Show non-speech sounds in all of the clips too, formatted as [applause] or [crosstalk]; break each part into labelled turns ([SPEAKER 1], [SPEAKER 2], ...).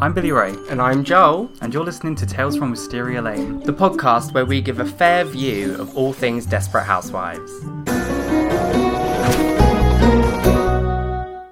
[SPEAKER 1] I'm Billy Ray,
[SPEAKER 2] And I'm Joel,
[SPEAKER 1] and you're listening to Tales from Wisteria Lane.
[SPEAKER 2] the podcast where we give a fair view of all things Desperate Housewives.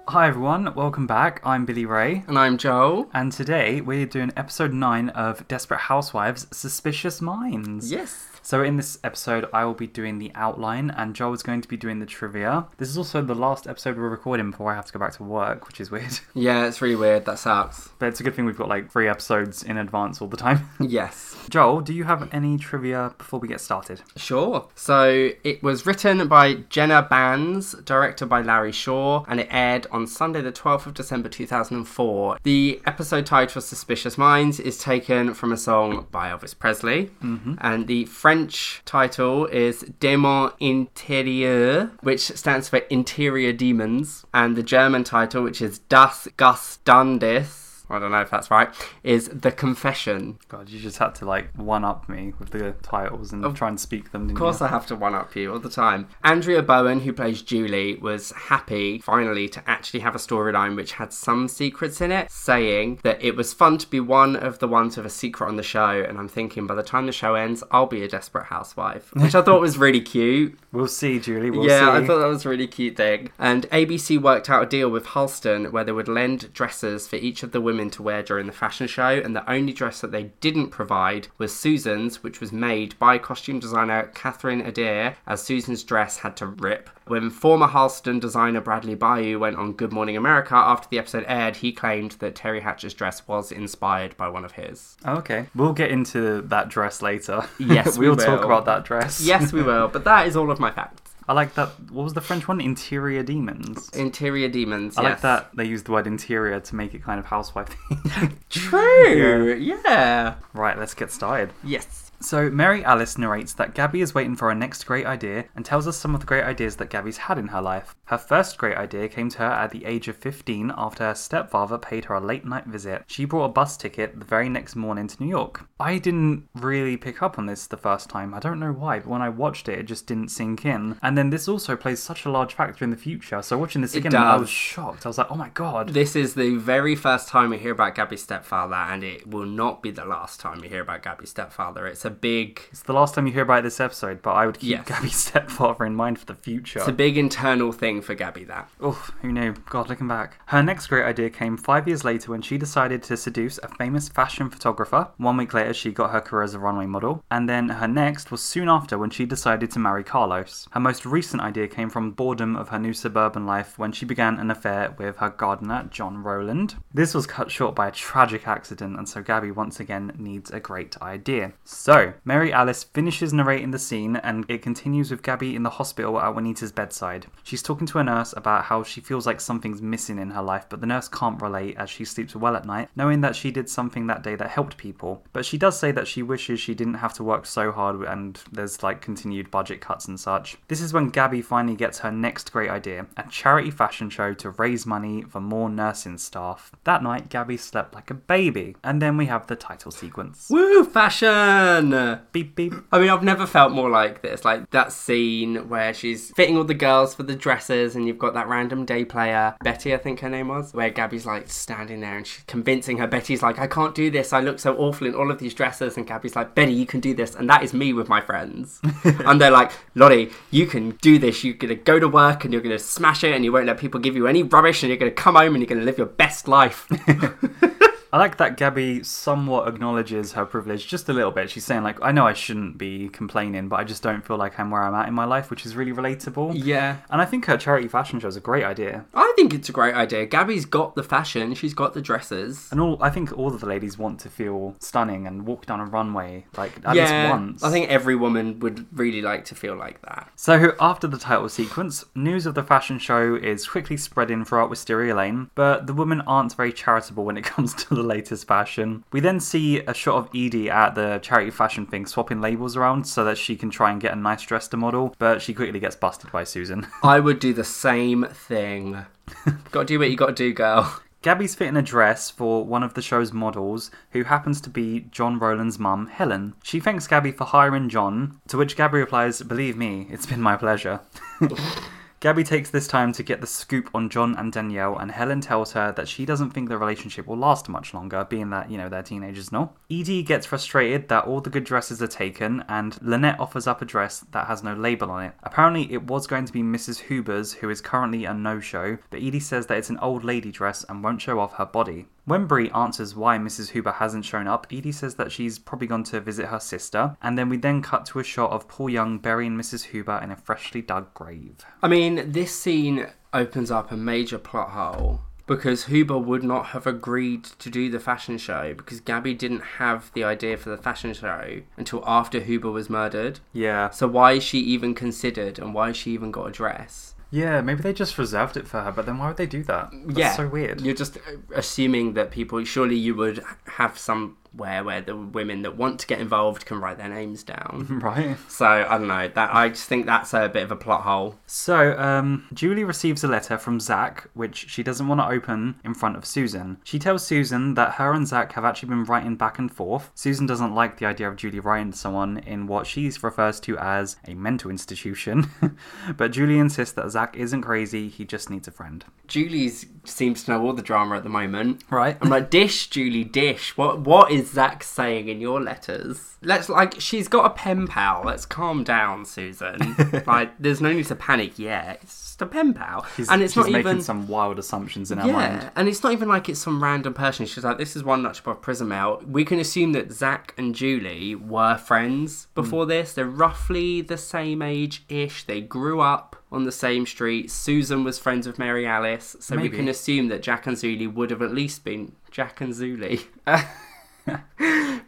[SPEAKER 1] Hi everyone, welcome back. I'm Billy Ray,
[SPEAKER 2] And I'm Joel.
[SPEAKER 1] and today we're doing episode 9 of Desperate Housewives Suspicious Minds.
[SPEAKER 2] Yes.
[SPEAKER 1] So, in this episode, I will be doing the outline, and Joel is going to be doing the trivia. This is also the last episode we're recording before I have to go back to work, which is weird. [laughs]
[SPEAKER 2] Yeah, it's really weird. That sucks.
[SPEAKER 1] But it's a good thing we've got like three episodes in advance all the time. [laughs]
[SPEAKER 2] Yes.
[SPEAKER 1] Joel, do you have any trivia before we get started?
[SPEAKER 2] Sure. So it was written by Jenna Banns, directed by Larry Shaw, and it aired on Sunday, the 12th of December 2004. The episode title Suspicious Minds is taken from a song by Elvis Presley, and the French title is Demon Intérieur, which stands for Interior Demons, and the German title, which is Das Gestandes. I don't know if that's right. Is the confession?
[SPEAKER 1] God, you just had to like one up me with the titles and try and speak them.
[SPEAKER 2] Of course, I have to one up you all the time. Andrea Bowen, who plays Julie, was happy finally to actually have a storyline which had some secrets in it, saying that it was fun to be one of the ones with a secret on the show. And I'm thinking by the time the show ends, I'll be a desperate housewife, which I thought was really cute.
[SPEAKER 1] We'll see, Julie. We'll
[SPEAKER 2] yeah,
[SPEAKER 1] see.
[SPEAKER 2] I thought that was a really cute thing. And ABC worked out a deal with Halston where they would lend dresses for each of the women to wear during the fashion show, and the only dress that they didn't provide was Susan's, which was made by costume designer Catherine Adair, as Susan's dress had to rip. When former Halston designer Bradley Bayou went on Good Morning America after the episode aired, he claimed that Terry Hatcher's dress was inspired by one of his.
[SPEAKER 1] Oh, okay. We'll get into that dress later. [laughs]
[SPEAKER 2] Yes, we
[SPEAKER 1] we'll talk
[SPEAKER 2] will.
[SPEAKER 1] about that dress.
[SPEAKER 2] Yes, we will, but that is all of my facts.
[SPEAKER 1] I like that. What was the French one? Interior demons.
[SPEAKER 2] Interior demons.
[SPEAKER 1] I
[SPEAKER 2] yes.
[SPEAKER 1] like that they used the word interior to make it kind of housewife.
[SPEAKER 2] True. yeah.
[SPEAKER 1] [laughs] right, let's get started.
[SPEAKER 2] Yes.
[SPEAKER 1] So, Mary Alice narrates that Gabby is waiting for her next great idea and tells us some of the great ideas that Gabby's had in her life. Her first great idea came to her at the age of 15 after her stepfather paid her a late night visit. She bought a bus ticket the very next morning to New York. I didn't really pick up on this the first time. I don't know why, but when I watched it, it just didn't sink in. And then this also plays such a large factor in the future. So, watching this again, I
[SPEAKER 2] does.
[SPEAKER 1] was shocked. I was like, oh my god.
[SPEAKER 2] This is the very first time we hear about Gabby's stepfather, and it will not be the last time we hear about Gabby's stepfather. It's a big,
[SPEAKER 1] It's the last time you hear about this episode, but I would keep
[SPEAKER 2] Yes.
[SPEAKER 1] Gabby's [laughs] stepfather in mind for the future.
[SPEAKER 2] it's a big internal thing for Gabby. That
[SPEAKER 1] Oof, who knew? God, looking back. Her next great idea came five years later when she decided to seduce a famous fashion photographer. One week later, she got her career as a runway model. And then her next was soon after when she decided to marry Carlos. Her most recent idea came from boredom of her new suburban life when she began an affair with her gardener, John Rowland. This was cut short by a tragic accident, and so Gabby once again needs a great idea. So, Mary Alice finishes narrating the scene, and it continues with Gabby in the hospital at Juanita's bedside. She's talking to a nurse about how she feels like something's missing in her life, but the nurse can't relate as she sleeps well at night, knowing that she did something that day that helped people. But she does say that she wishes she didn't have to work so hard, and there's like continued budget cuts and such. This is when Gabby finally gets her next great idea a charity fashion show to raise money for more nursing staff. That night, Gabby slept like a baby, and then we have the title sequence.
[SPEAKER 2] woo fashion.
[SPEAKER 1] Beep beep.
[SPEAKER 2] I mean, I've never felt more like this. Like that scene where she's fitting all the girls for the dresses, and you've got that random day player, Betty, I think her name was, where Gabby's like standing there and she's convincing her. Betty's like, I can't do this. I look so awful in all of these dresses. And Gabby's like, Betty, you can do this. And that is me with my friends. and they're like, Lottie, you can do this. You're going to go to work and you're going to smash it and you won't let people give you any rubbish and you're going to come home and you're going to live your best life.
[SPEAKER 1] I like that Gabby somewhat acknowledges her privilege just a little bit. She's saying like, I know I shouldn't be complaining, but I just don't feel like I'm where I'm at in my life, which is really relatable.
[SPEAKER 2] yeah.
[SPEAKER 1] And I think her charity fashion show is a great idea.
[SPEAKER 2] I think it's a great idea. Gabby's got the fashion, she's got the dresses.
[SPEAKER 1] And all I think all of the ladies want to feel stunning and walk down a runway like at least once.
[SPEAKER 2] I think every woman would really like to feel like that.
[SPEAKER 1] So, after the title sequence, news of the fashion show is quickly spreading throughout Wisteria Lane, but the women aren't very charitable when it [laughs] comes to the latest fashion. We then see a shot of Edie at the charity fashion thing swapping labels around so that she can try and get a nice dress to model, but she quickly gets busted by Susan. [laughs]
[SPEAKER 2] I would do the same [laughs] thing. gotta do what you gotta do, girl.
[SPEAKER 1] Gabby's fitting a dress for one of the show's models, who happens to be John Rowland's mum, Helen. She thanks Gabby for hiring John, to which Gabby replies, Believe me, it's been my pleasure. Gabby takes this time to get the scoop on John and Danielle, and Helen tells her that she doesn't think the relationship will last much longer, being that, you know, they're teenagers and all. Edie gets frustrated that all the good dresses are taken, and Lynette offers up a dress that has no label on it. Apparently, it was going to be Mrs. Huber's, who is currently a no show, but Edie says that it's an old lady dress and won't show off her body. When Bree answers why Mrs. Huber hasn't shown up, Edie says that she's probably gone to visit her sister, and then we then cut to a shot of Paul Young burying Mrs. Huber in a freshly dug grave.
[SPEAKER 2] I mean, this scene opens up a major plot hole because Huber would not have agreed to do the fashion show because Gabby didn't have the idea for the fashion show until after Huber was murdered.
[SPEAKER 1] Yeah.
[SPEAKER 2] So why is she even considered and why has she even got a dress?
[SPEAKER 1] Yeah, maybe they just reserved it for her, but then why would they do that? That's
[SPEAKER 2] [laughs] yeah.
[SPEAKER 1] so weird.
[SPEAKER 2] You're just uh, assuming that people surely you would have somewhere where the women that want to get involved can write their names down.
[SPEAKER 1] Right.
[SPEAKER 2] So I don't know. That I just think that's a bit of a plot hole.
[SPEAKER 1] So, um, Julie receives a letter from Zach, which she doesn't want to open in front of Susan. She tells Susan that her and Zach have actually been writing back and forth. Susan doesn't like the idea of Julie writing to someone in what she refers to as a mental institution, [laughs] but Julie insists that Zach isn't crazy, he just needs a friend.
[SPEAKER 2] Julie seems to know all the drama at the moment.
[SPEAKER 1] Right.
[SPEAKER 2] I'm like, dish, Julie, dish. What what is Zach saying in your letters? Let's like, she's got a pen pal. Let's calm
[SPEAKER 1] [laughs]
[SPEAKER 2] down, Susan. like, there's no need to panic yet. It's just a pen pal,
[SPEAKER 1] She's,
[SPEAKER 2] and it's
[SPEAKER 1] she's
[SPEAKER 2] not
[SPEAKER 1] making
[SPEAKER 2] even
[SPEAKER 1] some wild assumptions in her
[SPEAKER 2] yeah,
[SPEAKER 1] mind.
[SPEAKER 2] and it's not even like it's some random person. She's like, this is one notch above Prism Mail. We can assume that Zach and Julie were friends
[SPEAKER 1] Mm.
[SPEAKER 2] before this. They're roughly the same age ish. They grew up on the same street. Susan was friends with Mary Alice. So
[SPEAKER 1] Maybe.
[SPEAKER 2] we can assume that Jack and Julie would have at least been Jack and Julie. [laughs]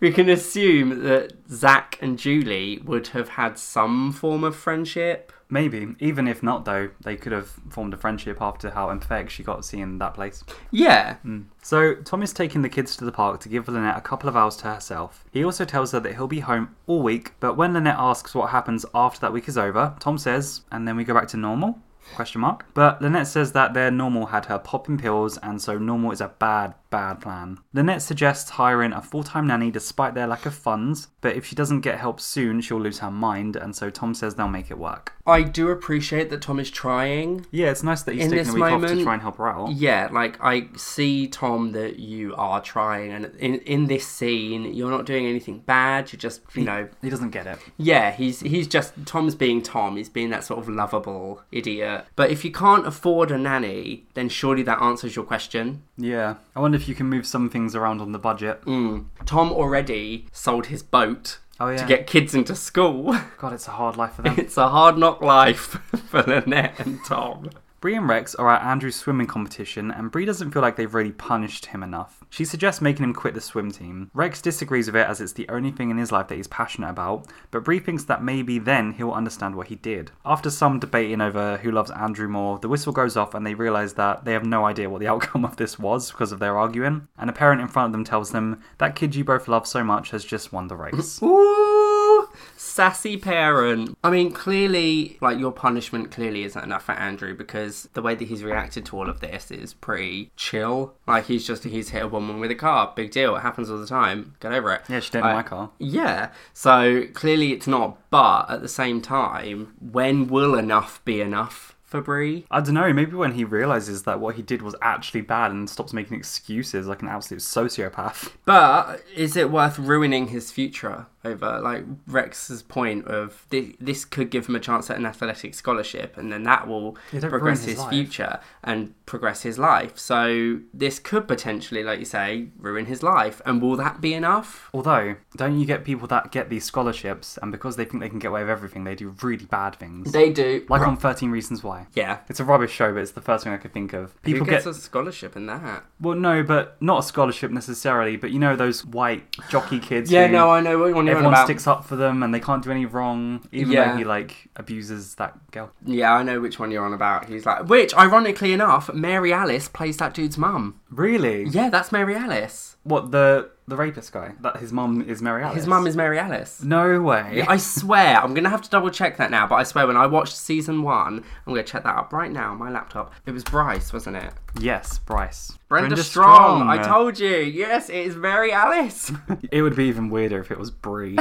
[SPEAKER 2] we can assume that Zach and Julie would have had some form of friendship.
[SPEAKER 1] Maybe, even if not, though, they could have formed a friendship after how empathetic she got seeing that place.
[SPEAKER 2] Yeah.
[SPEAKER 1] So, Tom is taking the kids to the park to give Lynette a couple of hours to herself. He also tells her that he'll be home all week, but when Lynette asks what happens after that week is over, Tom says, and then we go back to normal? Question mark. But Lynette says that their normal had her popping pills, and so normal is a bad, bad plan. Lynette suggests hiring a full time nanny despite their lack of funds, but if she doesn't get help soon, she'll lose her mind, and so Tom says they'll make it work.
[SPEAKER 2] I do appreciate that Tom is trying.
[SPEAKER 1] Yeah, it's nice that he's
[SPEAKER 2] In
[SPEAKER 1] taking
[SPEAKER 2] this
[SPEAKER 1] a week off to
[SPEAKER 2] moment-
[SPEAKER 1] try and help her out.
[SPEAKER 2] Yeah, like I see, Tom, that you are trying, and in in this scene, you're not doing anything bad. You're just, you know,
[SPEAKER 1] He doesn't get it.
[SPEAKER 2] yeah. He's he's just Tom's being Tom. He's being that sort of lovable idiot. But if you can't afford a nanny, then surely that answers your question.
[SPEAKER 1] Yeah. I wonder if you can move some things around on the budget.
[SPEAKER 2] Mm. Tom already sold his boat
[SPEAKER 1] Oh, yeah.
[SPEAKER 2] to get kids into school. [laughs]
[SPEAKER 1] God, it's a hard life for them.
[SPEAKER 2] it's a hard knock life [laughs] for Lynette and Tom.
[SPEAKER 1] Bree and Rex are at Andrew's swimming competition, and Bree doesn't feel like they've really punished him enough. She suggests making him quit the swim team. Rex disagrees with it as it's the only thing in his life that he's passionate about, but Bree thinks that maybe then he'll understand what he did. After some debating over who loves Andrew more, the whistle goes off and they realise that they have no idea what the [laughs] outcome of this was because of their arguing, and a parent in front of them tells them, That kid you both love so much has just won the
[SPEAKER 2] [laughs]
[SPEAKER 1] race.
[SPEAKER 2] Ooh, sassy parent. I mean, clearly, like your punishment clearly isn't enough for Andrew because the way that he's reacted to all of this is pretty chill. Like he's just he's hit a woman with a car. Big deal. It happens all the time. Get over it.
[SPEAKER 1] yeah, she didn't
[SPEAKER 2] I-
[SPEAKER 1] like her.
[SPEAKER 2] Yeah. So clearly it's not. But at the same time, when will enough be enough for Bree?
[SPEAKER 1] I don't know. Maybe when he realizes that what he did was actually bad and stops making excuses like an absolute sociopath.
[SPEAKER 2] But is it worth ruining his future over like Rex's point of this, this could give him a chance at an athletic scholarship and then that will
[SPEAKER 1] Yeah, don't
[SPEAKER 2] progress
[SPEAKER 1] ruin his
[SPEAKER 2] his,
[SPEAKER 1] life.
[SPEAKER 2] future and progress his life. So this could potentially like you say ruin his life and will that be enough?
[SPEAKER 1] Although, don't you get people that get these scholarships and because they think they can get away with everything, they do really bad things?
[SPEAKER 2] They do.
[SPEAKER 1] Like on 13 Reasons Why.
[SPEAKER 2] yeah.
[SPEAKER 1] It's a rubbish show, but it's the first thing I could think of.
[SPEAKER 2] Who
[SPEAKER 1] People
[SPEAKER 2] gets
[SPEAKER 1] get.
[SPEAKER 2] a scholarship in that?
[SPEAKER 1] Well, no, but not a scholarship necessarily, but you know those white jockey kids
[SPEAKER 2] [laughs] Yeah,
[SPEAKER 1] who
[SPEAKER 2] no, I know what you're on
[SPEAKER 1] everyone
[SPEAKER 2] about.
[SPEAKER 1] sticks up for them and they can't do any wrong, even though
[SPEAKER 2] Yeah.
[SPEAKER 1] he, like, abuses that girl.
[SPEAKER 2] Yeah, I know which one you're on about. He's like, which, ironically enough, Mary Alice plays that dude's mum.
[SPEAKER 1] Really?
[SPEAKER 2] Yeah, that's Mary Alice.
[SPEAKER 1] What, the the rapist guy? That His mum is Mary Alice.
[SPEAKER 2] His mum is Mary Alice.
[SPEAKER 1] No way.
[SPEAKER 2] I swear, I'm gonna have to double check that now, but I swear when I watched season one, I'm gonna check that up right now on my laptop. It was Bryce, wasn't it?
[SPEAKER 1] Yes, Bryce.
[SPEAKER 2] Brenda, Strong. I told you. Yes, it is Mary Alice. [laughs]
[SPEAKER 1] [laughs] It would be even weirder if it was Brie.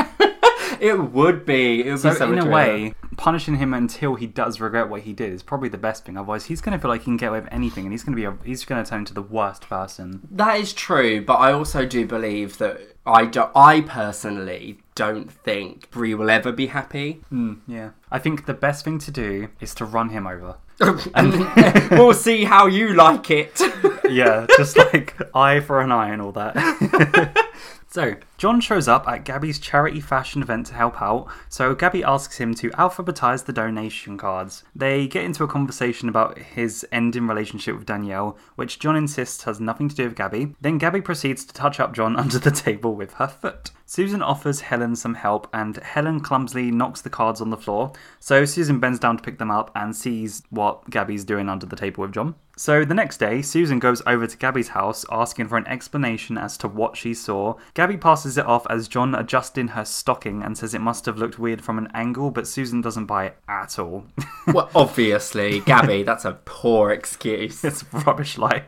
[SPEAKER 2] It would be. It would
[SPEAKER 1] So,
[SPEAKER 2] be so
[SPEAKER 1] in
[SPEAKER 2] much
[SPEAKER 1] a
[SPEAKER 2] better.
[SPEAKER 1] way, punishing him until he does regret what he did is probably the best thing. Otherwise, he's going to feel like he can get away with anything, and he's going to be a, he's going to turn into the worst person.
[SPEAKER 2] That is true, but I also do believe that I do, I personally don't think Brie will ever be happy.
[SPEAKER 1] Yeah, I think the best thing to do is to run him over.
[SPEAKER 2] [laughs] and then [laughs] we'll see how you like it. [laughs]
[SPEAKER 1] yeah, just like eye for an eye and all that. so, John shows up at Gabby's charity fashion event to help out, so Gabby asks him to alphabetize the donation cards. They get into a conversation about his ending relationship with Danielle, which John insists has nothing to do with Gabby. Then Gabby proceeds to touch up John [laughs] under the table with her foot. Susan offers Helen some help, and Helen clumsily knocks the cards on the floor. So Susan bends down to pick them up and sees what Gabby's doing under the table with John. So the next day, Susan goes over to Gabby's house asking for an explanation as to what she saw. Gabby passes it off as John adjusting her stocking and says it must have looked weird from an angle, but Susan doesn't buy it at all. [laughs]
[SPEAKER 2] well, obviously, Gabby, that's a poor excuse.
[SPEAKER 1] it's [laughs] rubbish lie.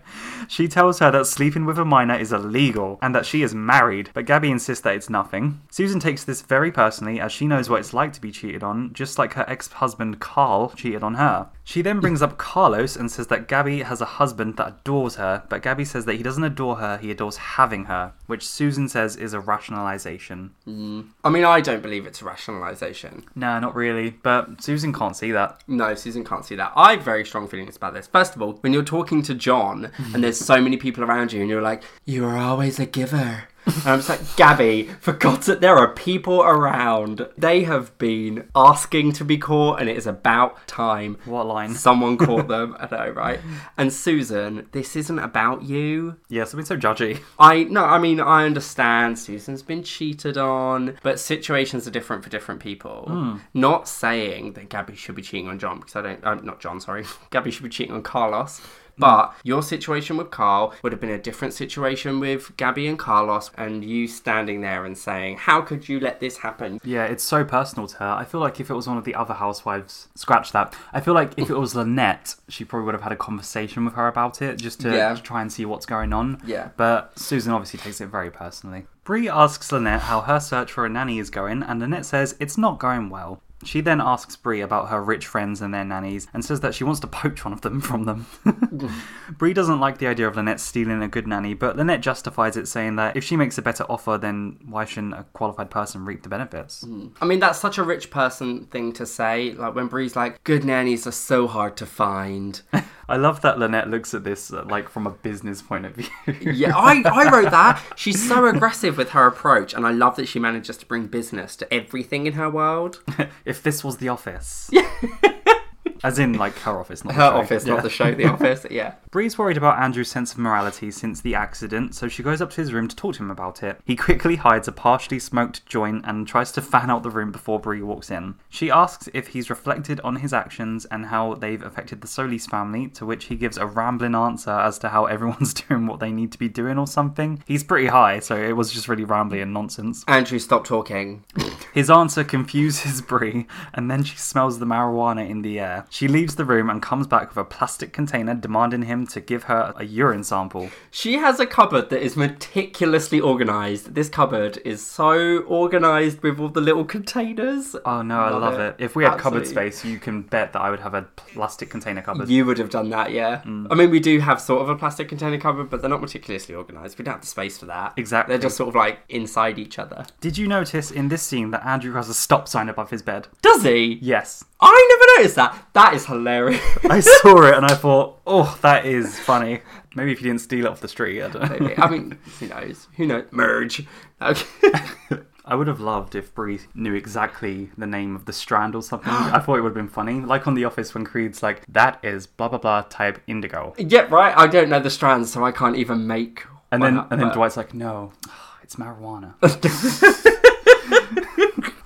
[SPEAKER 1] She tells her that sleeping with a minor is illegal and that she is married, but Gabby insists that it's nothing. Susan takes this very personally as she knows what it's like to be cheated on, just like her ex husband Carl cheated on her. She then brings up Carlos and says that Gabby has a husband that adores her, but Gabby says that he doesn't adore her, he adores having her, which Susan says is a rationalization.
[SPEAKER 2] I mean, I don't believe it's a rationalisation.
[SPEAKER 1] No, not really, but Susan can't see that.
[SPEAKER 2] No, Susan can't see that. I have very strong feelings about this. First of all, when you're talking to John and there's so many people around you and you're like, you are always
[SPEAKER 1] [laughs]
[SPEAKER 2] a giver. And I'm just like, Gabby, for God's sake, there are people around. They have been asking to be caught and it is about time.
[SPEAKER 1] What line?
[SPEAKER 2] Someone
[SPEAKER 1] [laughs]
[SPEAKER 2] caught them. I know, right? And Susan, this isn't about you.
[SPEAKER 1] Yes, I've been so judgy. [laughs]
[SPEAKER 2] I no, I mean I understand Susan's been cheated on, but situations are different for different people. Not saying that Gabby should be cheating on John because I don't, I'm not John, sorry. [laughs] Gabby should be cheating on Carlos. But your situation with Carl would have been a different situation with Gabby and Carlos, and you standing there and saying, "How could you let this happen?"
[SPEAKER 1] Yeah, it's so personal to her. I feel like if it was one of the other housewives, scratch that. I feel like if it was Lynette, she probably would have had a conversation with her about it just to
[SPEAKER 2] Yeah.
[SPEAKER 1] try and see what's going on.
[SPEAKER 2] Yeah.
[SPEAKER 1] But Susan obviously takes it very personally. Bree asks Lynette how her search for a nanny is going, and Lynette says it's not going well. She then asks Bree about her rich friends and their nannies and says that she wants to poach one of them from them. [laughs] Bree doesn't like the idea of Lynette stealing a good nanny, but Lynette justifies it saying that if she makes a better offer, then why shouldn't a qualified person reap the benefits?
[SPEAKER 2] I mean, that's such a rich person thing to say. Like when Bree's like, "Good nannies are so hard to find."
[SPEAKER 1] I love that Lynette looks at this uh, like from a business point of view.
[SPEAKER 2] Yeah, I, I wrote that. She's so aggressive with her approach, and I love that she manages to bring business to everything in her world.
[SPEAKER 1] if this was the
[SPEAKER 2] [laughs]
[SPEAKER 1] office. As in, like, her office, not
[SPEAKER 2] Her office, not the show, the [laughs] office. Yeah.
[SPEAKER 1] Bree's worried about Andrew's sense of morality since the accident, so she goes up to his room to talk to him about it. He quickly hides a partially smoked joint and tries to fan out the room before Bree walks in. She asks if he's reflected on his actions and how they've affected the Solis family, to which he gives a rambling answer as to how everyone's [laughs] doing what they need to be doing or something. He's pretty high, so it was just really rambling and nonsense.
[SPEAKER 2] Andrew, stop talking.
[SPEAKER 1] His answer confuses [laughs] Bree, and then she smells the marijuana in the air. She leaves the room and comes back with a plastic container demanding him to give her a urine sample.
[SPEAKER 2] She has a cupboard that is meticulously organized. This cupboard is so organized with all the little containers.
[SPEAKER 1] Oh no, I
[SPEAKER 2] Love
[SPEAKER 1] love
[SPEAKER 2] it.
[SPEAKER 1] it. If we had cupboard
[SPEAKER 2] Absolutely.
[SPEAKER 1] space, you can bet that I would have a plastic container cupboard.
[SPEAKER 2] You would have done that, yeah. I mean, we do have sort of a plastic container cupboard, but they're not meticulously organized. We don't have the space for that.
[SPEAKER 1] Exactly.
[SPEAKER 2] They're just sort of like inside each other.
[SPEAKER 1] Did you notice in this scene that Andrew has a stop sign above his bed?
[SPEAKER 2] Does he? [laughs]
[SPEAKER 1] Yes.
[SPEAKER 2] I never noticed that. That is hilarious.
[SPEAKER 1] I saw it and I thought, oh, that is funny. Maybe if you didn't steal it off the street, I don't know.
[SPEAKER 2] Maybe. I mean, who knows? Who knows? Merge. Okay. [laughs]
[SPEAKER 1] I would have loved if Bree knew exactly the name of the strand or something. I thought it would have been funny. Like on The Office when Creed's like, that is blah blah blah type indigo.
[SPEAKER 2] yeah, right. I don't know the strands, so I can't even make.
[SPEAKER 1] And
[SPEAKER 2] one
[SPEAKER 1] then
[SPEAKER 2] up,
[SPEAKER 1] and then
[SPEAKER 2] but-
[SPEAKER 1] Dwight's like, no, [sighs] it's marijuana.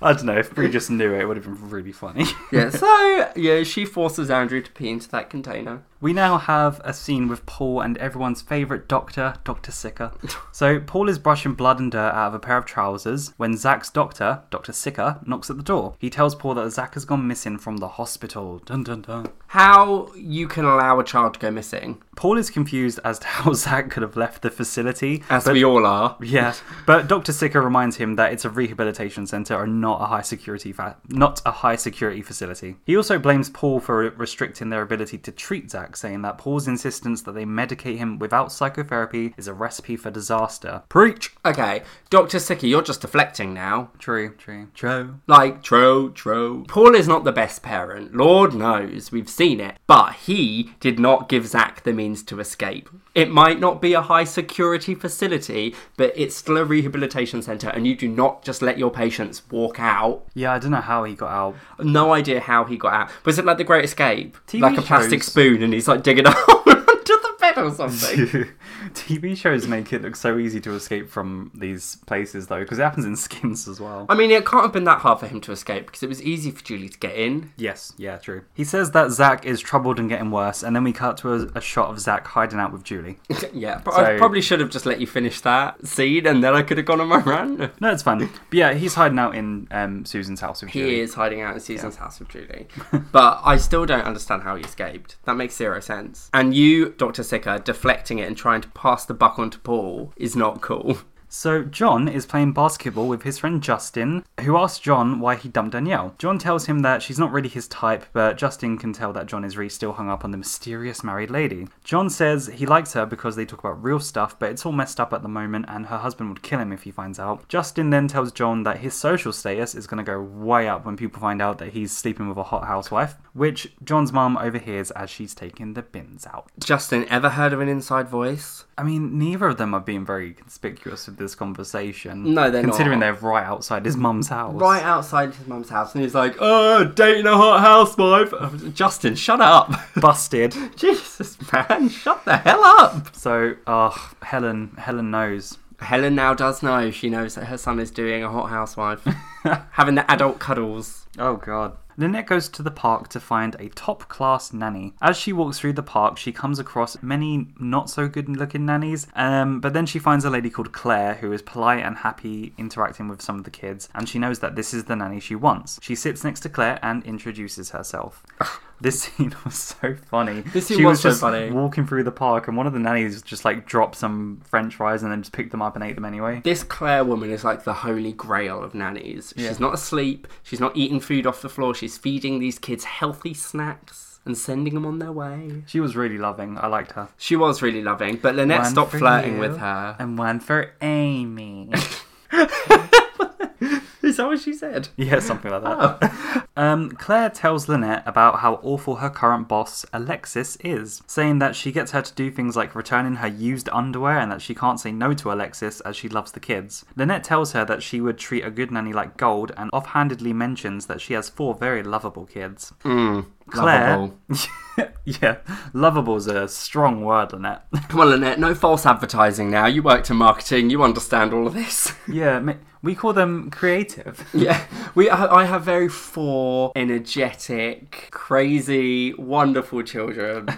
[SPEAKER 1] I don't know, if Bree just knew it, it would have been really funny. [laughs]
[SPEAKER 2] yeah. So yeah, she forces Andrew to pee into that container.
[SPEAKER 1] We now have a scene with Paul and everyone's favourite doctor, Dr. Sicker. So, Paul is brushing blood and dirt out of a pair of trousers when Zach's doctor, Dr. Sicker, knocks at the door. He tells Paul that Zach has gone missing from the hospital. Dun dun dun.
[SPEAKER 2] How you can allow a child to go missing,
[SPEAKER 1] Paul is confused as to [laughs] how Zach could have left the facility.
[SPEAKER 2] as
[SPEAKER 1] but-
[SPEAKER 2] we all are.
[SPEAKER 1] yeah, but Doctor Sicker reminds him that it's a rehabilitation center and not a high security fa- not a high security facility. He also blames Paul for restricting their ability to treat Zack, saying that Paul's insistence that they medicate him without psychotherapy is a recipe for disaster. Preach.
[SPEAKER 2] Okay, Dr. Sicky, you're just deflecting now.
[SPEAKER 1] True, true, true.
[SPEAKER 2] Like, tro, tro. Paul is not the best parent. Lord knows, we've seen it. But he did not give Zach the means to escape. It might not be a high security facility, but it's still a rehabilitation centre, and you do not just let your patients walk out.
[SPEAKER 1] Yeah, I don't know how he got out.
[SPEAKER 2] No idea how he got out. Was it like The Great Escape?
[SPEAKER 1] TV
[SPEAKER 2] like a plastic
[SPEAKER 1] shows.
[SPEAKER 2] spoon, and he's like digging [laughs] a hole under the bed
[SPEAKER 1] [laughs]
[SPEAKER 2] or something.
[SPEAKER 1] TV shows make it look so easy to escape from these places though, because it happens in [laughs] skins as well.
[SPEAKER 2] I mean, it can't have been that hard for him to escape because it was easy for Julie to get in.
[SPEAKER 1] Yes, yeah, true. He says that Zach is troubled and getting worse, and then we cut to a, a shot of Zach hiding out with Julie.
[SPEAKER 2] yeah, but I
[SPEAKER 1] So-
[SPEAKER 2] probably should have just let you finish that scene and then I could have gone on my rant.
[SPEAKER 1] No, it's fine. But yeah, he's hiding out in um, Susan's house with Julie.
[SPEAKER 2] He is hiding out in Susan's house with Julie. but I still don't understand how he escaped. That makes zero sense. And you, Dr. Sicker, deflecting it and trying to pass the buck on to Paul is not cool.
[SPEAKER 1] So John is playing basketball with his friend Justin, who asks John why he dumped Danielle. John tells him that she's not really his type, but Justin can tell that John is really still hung up on the mysterious married lady. John says he likes her because they talk about real stuff, but it's all messed up at the moment, and her husband would kill him if he finds out. Justin then tells John that his social status is going to go way up when people find out that he's sleeping with a hot housewife, which John's mum overhears as she's taking the bins out.
[SPEAKER 2] Justin, ever heard of an inside voice?
[SPEAKER 1] I mean, neither of them are being very conspicuous with this conversation.
[SPEAKER 2] No, they're not.
[SPEAKER 1] considering they're right outside his mum's house.
[SPEAKER 2] [laughs] Right outside his mum's house, and he's like, oh, dating a hot housewife. Justin, shut up. [laughs]
[SPEAKER 1] busted.
[SPEAKER 2] Jesus, man, shut the hell up.
[SPEAKER 1] So, ugh, Helen, Helen knows.
[SPEAKER 2] Helen now does know. She knows that her son is doing a hot housewife, having the adult cuddles.
[SPEAKER 1] Oh god. Lynette goes to the park to find a top class nanny. As she walks through the park, she comes across many not so good looking nannies, um, but then she finds a lady called Claire who is polite and happy interacting with some of the kids, and she knows that this is the nanny she wants. She sits next to Claire and introduces herself. This [laughs] scene was so funny.
[SPEAKER 2] This scene
[SPEAKER 1] she
[SPEAKER 2] was
[SPEAKER 1] was,
[SPEAKER 2] so
[SPEAKER 1] just
[SPEAKER 2] funny.
[SPEAKER 1] walking through the park, and one of the nannies just like dropped some French fries and then just picked them up and ate them anyway.
[SPEAKER 2] This Claire woman is like the holy grail of nannies.
[SPEAKER 1] Yeah.
[SPEAKER 2] She's not asleep. She's not eating food off the floor. She's feeding these kids healthy snacks and sending them on their way.
[SPEAKER 1] She was really loving. I liked her.
[SPEAKER 2] She was really loving, but Lynette
[SPEAKER 1] One
[SPEAKER 2] stopped
[SPEAKER 1] for
[SPEAKER 2] flirting
[SPEAKER 1] you
[SPEAKER 2] with her.
[SPEAKER 1] And one for
[SPEAKER 2] [laughs]
[SPEAKER 1] Amy.
[SPEAKER 2] Is that what she said?
[SPEAKER 1] [laughs] Yeah, something like that. [laughs] Um, Claire tells Lynette about how awful her current boss, Alexis, is, saying that she gets her to do things like returning her used underwear and that she can't say no to Alexis as she loves the kids. Lynette tells her that she would treat a good nanny like gold and offhandedly mentions that she has four very lovable kids. Claire. [laughs]
[SPEAKER 2] lovable.
[SPEAKER 1] yeah, lovable's a strong word, Lynette. [laughs]
[SPEAKER 2] Come on, Lynette, no false advertising now. You worked in marketing, you understand all of this. [laughs]
[SPEAKER 1] yeah, ma- we call them creative.
[SPEAKER 2] Yeah, we. I I have very four energetic, crazy,
[SPEAKER 1] [laughs]
[SPEAKER 2] wonderful children.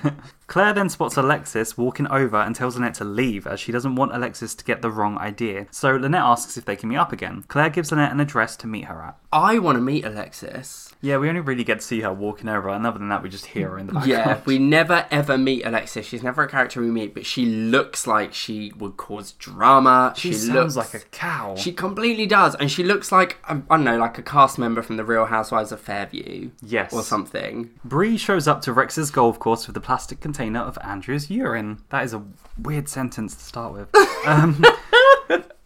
[SPEAKER 1] Claire then spots Alexis walking over and tells Lynette to leave as she doesn't want Alexis to get the wrong idea. So Lynette asks if they can meet up again. Claire gives Lynette an address to meet her at.
[SPEAKER 2] I want to meet Alexis.
[SPEAKER 1] Yeah, we only really get to see her walking over, and other than that, we just hear her in the background.
[SPEAKER 2] Yeah, we never ever meet Alexis. She's never a character we meet, but she looks like she would cause drama.
[SPEAKER 1] [laughs] she,
[SPEAKER 2] looks
[SPEAKER 1] sounds like a cow.
[SPEAKER 2] She completely does, and she looks like um, I don't know, like a cast member from the Real Housewives of Fairview.
[SPEAKER 1] Yes.
[SPEAKER 2] or something.
[SPEAKER 1] Bree shows up to Rex's golf course with a plastic container of Andrew's urine. That is a weird sentence to start with.
[SPEAKER 2] [laughs]
[SPEAKER 1] Um,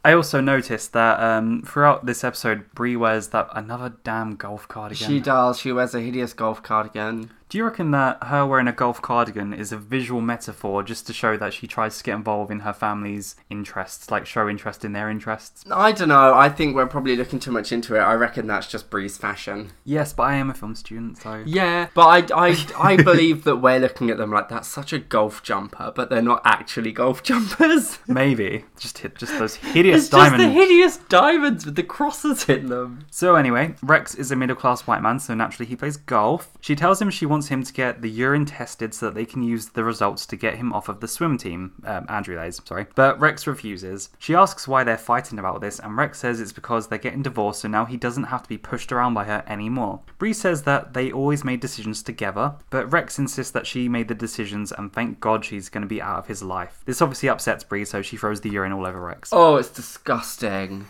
[SPEAKER 1] I also noticed that um, throughout this episode, Bree wears that another damn golf card again.
[SPEAKER 2] She does. She wears a hideous golf cardigan.
[SPEAKER 1] Do you reckon that her wearing a golf cardigan is a visual metaphor just to show that she tries to get involved in her family's interests, like show interest in their interests?
[SPEAKER 2] I don't know. I think we're probably looking too much into it. I reckon that's just Bree's fashion.
[SPEAKER 1] Yes, but I am a film student,
[SPEAKER 2] [laughs]
[SPEAKER 1] so.
[SPEAKER 2] Yeah, but I, I, [laughs] I believe that we're looking at them like that's such a golf jumper, but they're not actually golf [laughs] jumpers.
[SPEAKER 1] Maybe. Just hit just those
[SPEAKER 2] It's
[SPEAKER 1] hideous
[SPEAKER 2] just
[SPEAKER 1] diamonds.
[SPEAKER 2] the hideous diamonds with the crosses in them.
[SPEAKER 1] so anyway, Rex is a middle class white man, so naturally he plays golf. She tells him she wants wants him to get the urine tested so that they can use the results to get him off of the swim team. Um, Andrew Lays, sorry. But Rex refuses. She asks why they're fighting about this, and Rex says it's because they're getting divorced, so now he doesn't have to be pushed around by her anymore. Bree says that they always made decisions together, but Rex insists that she made the decisions, and thank God she's going to be out of his life. This obviously upsets Bree, so she throws the urine all over Rex.
[SPEAKER 2] Oh, it's [laughs] disgusting.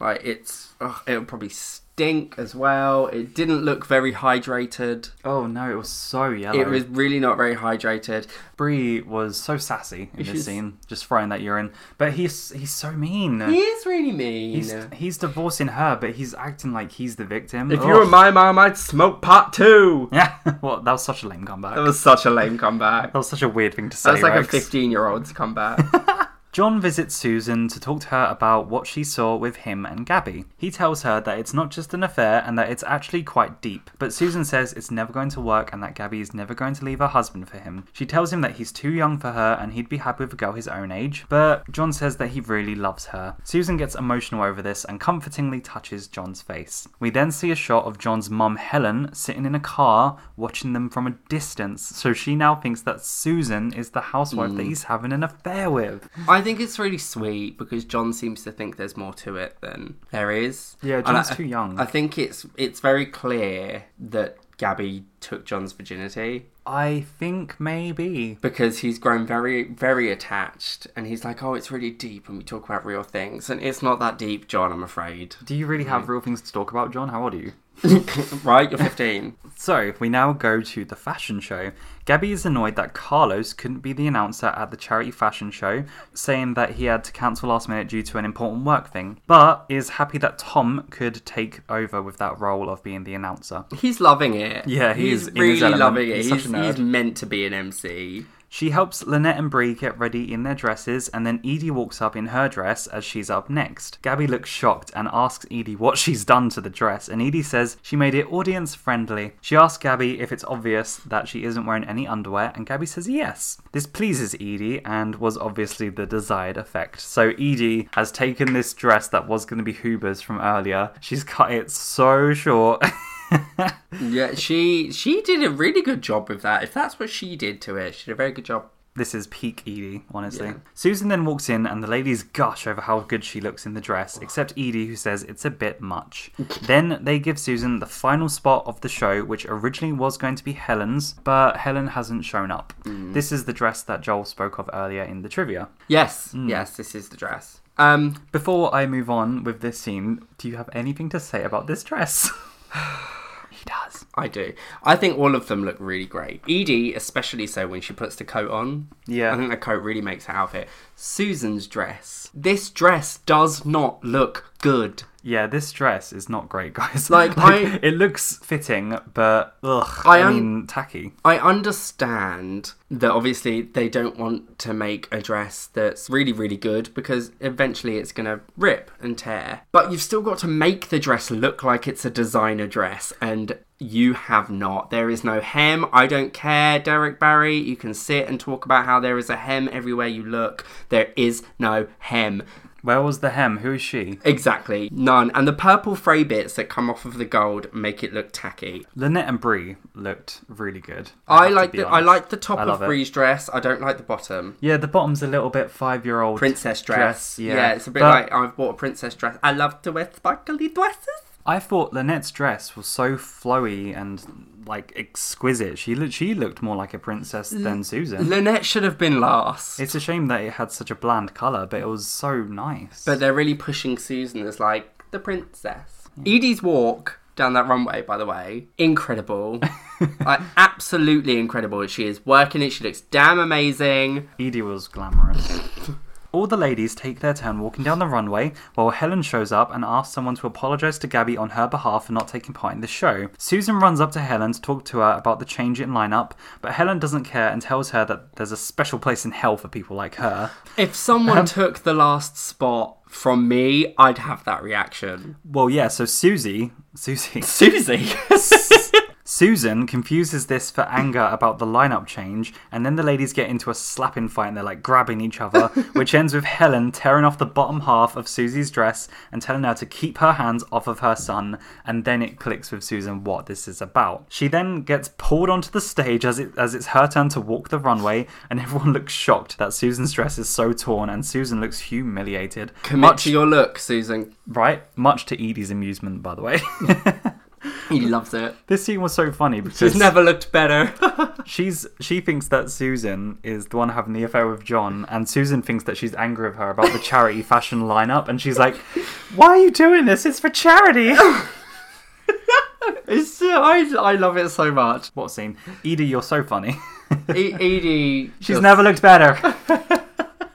[SPEAKER 2] like it's, ugh, it'll probably stink as well. It didn't look very hydrated.
[SPEAKER 1] Oh no, it was so yellow.
[SPEAKER 2] It was really not very hydrated.
[SPEAKER 1] Bree was so sassy in this
[SPEAKER 2] She's-
[SPEAKER 1] scene, just throwing that urine. But he's he's so mean.
[SPEAKER 2] He is really mean.
[SPEAKER 1] He's, he's divorcing her, but he's acting like he's the victim.
[SPEAKER 2] if
[SPEAKER 1] Ugh.
[SPEAKER 2] you were my mum, I'd smoke pot too.
[SPEAKER 1] [laughs] yeah, well, that was such a lame comeback.
[SPEAKER 2] That was such a lame comeback.
[SPEAKER 1] That was such a weird thing to say.
[SPEAKER 2] Uh, That's like
[SPEAKER 1] Rex.
[SPEAKER 2] a 15 year old's [laughs] comeback.
[SPEAKER 1] John visits Susan to talk to her about what she saw with him and Gabby. He tells her that it's not just an affair and that it's actually quite deep, but Susan says it's never going to work and that Gabby is never going to leave her husband for him. She tells him that he's too young for her and he'd be happy with a girl his own age, but John says that he really loves her. Susan gets emotional over this and comfortingly touches John's face. We then see a shot of John's mum, Helen, sitting in a car watching them from a distance, so she now thinks that Susan is the housewife that he's having an affair with.
[SPEAKER 2] I think it's really sweet because John seems to think there's more to it than there is.
[SPEAKER 1] Yeah,
[SPEAKER 2] And
[SPEAKER 1] John's
[SPEAKER 2] I-
[SPEAKER 1] too young.
[SPEAKER 2] I think it's it's very clear that Gabby took John's virginity
[SPEAKER 1] I think maybe.
[SPEAKER 2] because he's grown very very attached and he's like, "Oh, it's really deep and we talk about real things." And it's not that deep, John, I'm afraid. [laughs]
[SPEAKER 1] Do you really have real things to talk about, John? How old are you?
[SPEAKER 2] right? You're 15.
[SPEAKER 1] So, we now go to the fashion show. Gabby is annoyed that Carlos couldn't be the announcer at the charity fashion show, saying that he had to cancel last minute due to an important work thing, but is happy that Tom could take over with that role of being the announcer.
[SPEAKER 2] he's loving it.
[SPEAKER 1] Yeah, he
[SPEAKER 2] he's
[SPEAKER 1] is in his
[SPEAKER 2] really
[SPEAKER 1] element.
[SPEAKER 2] loving it.
[SPEAKER 1] He's
[SPEAKER 2] He's,
[SPEAKER 1] such a nerd.
[SPEAKER 2] he's meant to be an MC.
[SPEAKER 1] She helps Lynette and Bree get ready in their dresses, and then Edie walks up in her dress as she's up next. Gabby looks shocked and asks Edie what [laughs] she's done to the dress, and Edie says she made it audience friendly. She asks Gabby if it's obvious that she isn't wearing any underwear, and Gabby says yes. This pleases Edie and was obviously the desired effect. So Edie has taken this dress that was going to be Huber's from earlier, she's cut it so short. [laughs]
[SPEAKER 2] Yeah, she she did a really good job with that. If that's what she did to it, she did a very good job.
[SPEAKER 1] This is peak Edie, honestly.
[SPEAKER 2] Yeah.
[SPEAKER 1] Susan then walks in, and the ladies gush over how good she looks in the dress, except Edie, who says it's a bit
[SPEAKER 2] [laughs]
[SPEAKER 1] much. then they give Susan the final spot of the show, which originally was going to be Helen's, but Helen hasn't shown up.
[SPEAKER 2] Mm.
[SPEAKER 1] This is the dress that Joel spoke of earlier in the trivia.
[SPEAKER 2] Yes,
[SPEAKER 1] Mm.
[SPEAKER 2] yes, this is the dress. Um,
[SPEAKER 1] Before I move on with this scene, do you have anything to say about this dress? [laughs] he does.
[SPEAKER 2] I do. I think all of them look really great. Edie, especially so when she puts the coat on.
[SPEAKER 1] Yeah.
[SPEAKER 2] I think the coat really makes her outfit. Susan's dress. This dress does not look good.
[SPEAKER 1] Yeah, this dress is not great, [laughs] guys.
[SPEAKER 2] Like, I-
[SPEAKER 1] it looks fitting, but ugh,
[SPEAKER 2] I
[SPEAKER 1] I
[SPEAKER 2] un-
[SPEAKER 1] mean, tacky.
[SPEAKER 2] I understand that obviously they don't want to make a dress that's really, really good because eventually it's going to rip and tear. But you've still got to make the dress look like it's a designer dress, and you have not. There is no hem. I don't care, Derek Barry. You can sit and talk about how there is a hem everywhere you look. There is no hem.
[SPEAKER 1] Where was the hem? Who is she?
[SPEAKER 2] Exactly, none. And the purple fray bits that come off of the gold make it look tacky.
[SPEAKER 1] Lynette and Brie looked really good.
[SPEAKER 2] I
[SPEAKER 1] have to
[SPEAKER 2] like
[SPEAKER 1] be
[SPEAKER 2] the I
[SPEAKER 1] honest.
[SPEAKER 2] like the top
[SPEAKER 1] I
[SPEAKER 2] of
[SPEAKER 1] love it.
[SPEAKER 2] Bree's dress. I don't like the bottom.
[SPEAKER 1] Yeah, the bottom's a little bit five-year-old
[SPEAKER 2] princess dress. yeah. it's a bit
[SPEAKER 1] But
[SPEAKER 2] like I've bought a princess dress. I love to wear sparkly dresses.
[SPEAKER 1] I thought Lynette's dress was so flowy and like exquisite. She looked she looked more like a princess than Susan.
[SPEAKER 2] Lynette should have been last.
[SPEAKER 1] it's a shame that it had such a bland color, but it was so nice.
[SPEAKER 2] but they're really pushing Susan as like the princess. Edie's walk down that runway, by the way, [laughs] incredible. like absolutely incredible. She is working it. She looks damn amazing.
[SPEAKER 1] Edie was glamorous. All the ladies take their turn walking down the runway while Helen shows up and asks someone to apologise to Gabby on her behalf for not taking part in the show. Susan runs up to Helen to talk to her about the change in lineup, but Helen doesn't care and tells her that there's a special place in hell for people like her.
[SPEAKER 2] If someone took the last spot from me, I'd have that reaction.
[SPEAKER 1] Well, yeah, so Susie. Susie.
[SPEAKER 2] Susie.
[SPEAKER 1] [laughs] Susan confuses this for anger about the lineup change, and then the ladies get into a slapping fight and they're like grabbing each other, which ends with Helen tearing off the bottom half of Susie's dress and telling her to keep her hands off of her son, and then it clicks with Susan what this is about. She then gets pulled onto the stage as it as it's her turn to walk the runway, and [laughs] everyone looks shocked that Susan's dress is so torn and Susan looks humiliated.
[SPEAKER 2] Commit to your look, Susan.
[SPEAKER 1] Right? Much to Edie's amusement, by the way. [laughs]
[SPEAKER 2] He loves it.
[SPEAKER 1] this scene was so funny because
[SPEAKER 2] She's never looked [laughs] better.
[SPEAKER 1] she's she thinks that Susan is the one having the affair with John, and Susan thinks that she's angry with her about the charity fashion lineup, and she's like, "Why are you doing this? It's for
[SPEAKER 2] [laughs]
[SPEAKER 1] charity."
[SPEAKER 2] it's, I, I love it so much.
[SPEAKER 1] what scene? Edie, you're so
[SPEAKER 2] [laughs]
[SPEAKER 1] funny.
[SPEAKER 2] E- Edie.
[SPEAKER 1] She's never looked
[SPEAKER 2] [laughs]
[SPEAKER 1] better.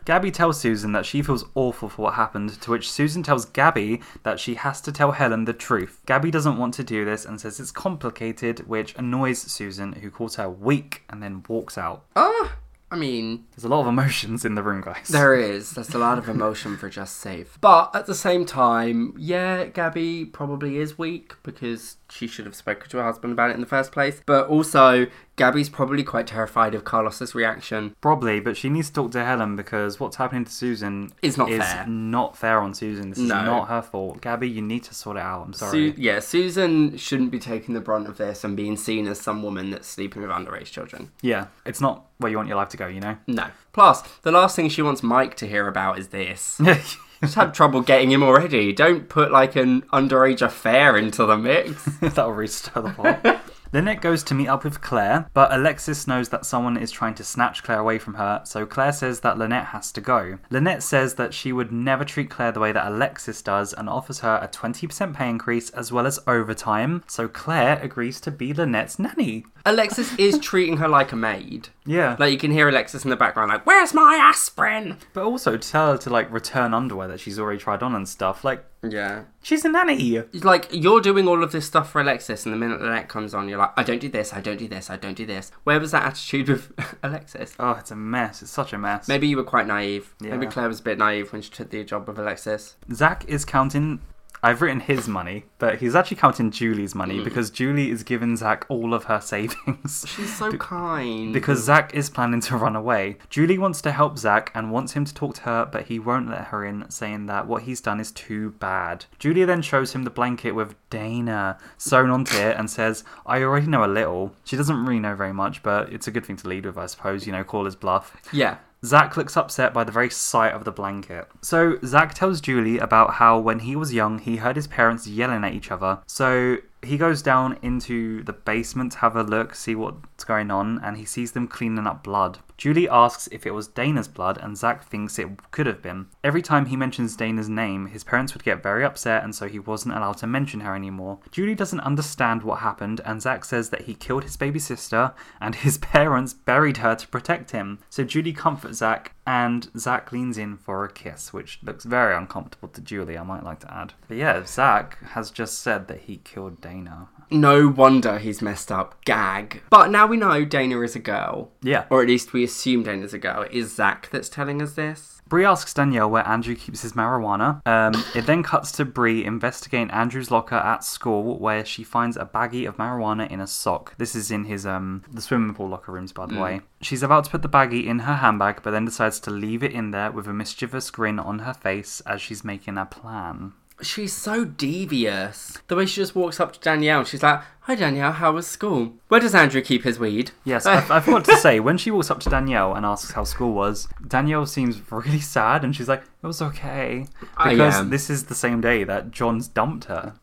[SPEAKER 1] Gabby tells Susan that she feels awful for what happened, to which Susan tells Gabby that she has to tell Helen the truth. Gabby doesn't want to do this and says it's complicated, which annoys Susan, who calls her weak and then walks out.
[SPEAKER 2] Oh, I mean,
[SPEAKER 1] There's a lot of emotions in the room, guys.
[SPEAKER 2] there is. That's a lot of emotion for Just Save. But at the same time, yeah, Gabby probably is weak because she should have spoken to her husband about it in the first place. But also, Gabby's probably quite terrified of Carlos's reaction.
[SPEAKER 1] Probably, but she needs to talk to Helen because what's happening to Susan
[SPEAKER 2] It's not
[SPEAKER 1] is
[SPEAKER 2] fair.
[SPEAKER 1] not fair on Susan. This is
[SPEAKER 2] No.
[SPEAKER 1] not her fault. Gabby, you need to sort it out. I'm sorry.
[SPEAKER 2] Su- yeah, Susan shouldn't be taking the brunt of this and being seen as some woman that's sleeping with underage children.
[SPEAKER 1] yeah, it's not where you want your life to go, you
[SPEAKER 2] [laughs]
[SPEAKER 1] know? [laughs]
[SPEAKER 2] No. Plus, the last thing she wants Mike to hear about is this. [laughs] She's had trouble getting him already. Don't put like an underage affair into the mix.
[SPEAKER 1] That'll restir the
[SPEAKER 2] [laughs]
[SPEAKER 1] plot. Then it goes to meet up with Claire, but Alexis knows that someone is trying to snatch Claire away from her, so Claire says that Lynette has to go. Lynette says that she would never treat Claire the way that Alexis does and offers her a 20% pay increase as well as overtime, so Claire agrees to be Lynette's nanny.
[SPEAKER 2] Alexis is treating her like a maid.
[SPEAKER 1] Yeah.
[SPEAKER 2] Like you can hear Alexis in the background, like, "Where's my aspirin?"
[SPEAKER 1] But also to tell her to like return underwear that she's already tried on and stuff. Like
[SPEAKER 2] Yeah.
[SPEAKER 1] she's a nanny.
[SPEAKER 2] Like you're doing all of this stuff for Alexis, and the minute Lynette comes on, you're like, "I don't do this. I don't do this. I don't do this." Where was that attitude with [laughs] Alexis?
[SPEAKER 1] Oh, it's a mess. It's such a mess.
[SPEAKER 2] Maybe you were quite naive. Maybe
[SPEAKER 1] Yeah.
[SPEAKER 2] Claire was a bit naive when she took the job with Alexis.
[SPEAKER 1] Zach is counting. I've written his money, but he's actually counting Julie's money because Julie is giving Zach all of her [laughs] savings.
[SPEAKER 2] She's so kind.
[SPEAKER 1] Because Zach is planning to [laughs] run away. Julie wants to help Zach and wants him to talk to her, but he won't let her in, saying that what he's done is too bad. Julie then shows him the blanket with Dana sewn onto it and says, I already know a little. She doesn't really know very much, but it's a good thing to lead with, I suppose, you know, call his bluff.
[SPEAKER 2] yeah.
[SPEAKER 1] Zack looks upset by the very sight of the blanket. So, Zack tells Julie about how when he was young, he heard his parents yelling at each other. So, he goes down into the basement to have a look, see what's going on, and he sees them cleaning up blood. Julie asks if it was Dana's blood, and Zack thinks it could have been. Every time he mentions Dana's name, his parents would get very upset, and so he wasn't allowed to mention her anymore. Julie doesn't understand what happened, and Zack says that he killed his baby sister, and [laughs] his parents buried her to protect him. So Julie comforts Zack, and Zack leans in for a kiss, which looks very uncomfortable to Julie, I might like to add. But yeah, Zack has just said that he killed Dana.
[SPEAKER 2] No wonder he's messed up. Gag. But now we know Dana is a girl.
[SPEAKER 1] Yeah.
[SPEAKER 2] Or at least we assume Dana's a girl. It is Zach that's telling us this.
[SPEAKER 1] Bree asks Danielle where Andrew keeps his marijuana. Um, it then cuts to Bree investigating Andrew's locker at school, where she finds a baggie of marijuana in a sock. This is in his um the swimming pool locker rooms, by the way. She's about to put the baggie in her handbag, but then decides to leave it in there with a mischievous grin on her face as she's making a plan.
[SPEAKER 2] She's so devious. The way she just walks up to Danielle and she's like, Hi Danielle, how was school? Where does Andrew keep his weed?
[SPEAKER 1] Yes, I, I forgot to say when she walks up to Danielle and asks how school was. Danielle seems really sad, and she's like, "It was okay,"
[SPEAKER 2] I
[SPEAKER 1] because
[SPEAKER 2] am.
[SPEAKER 1] this is the same day that John's dumped her,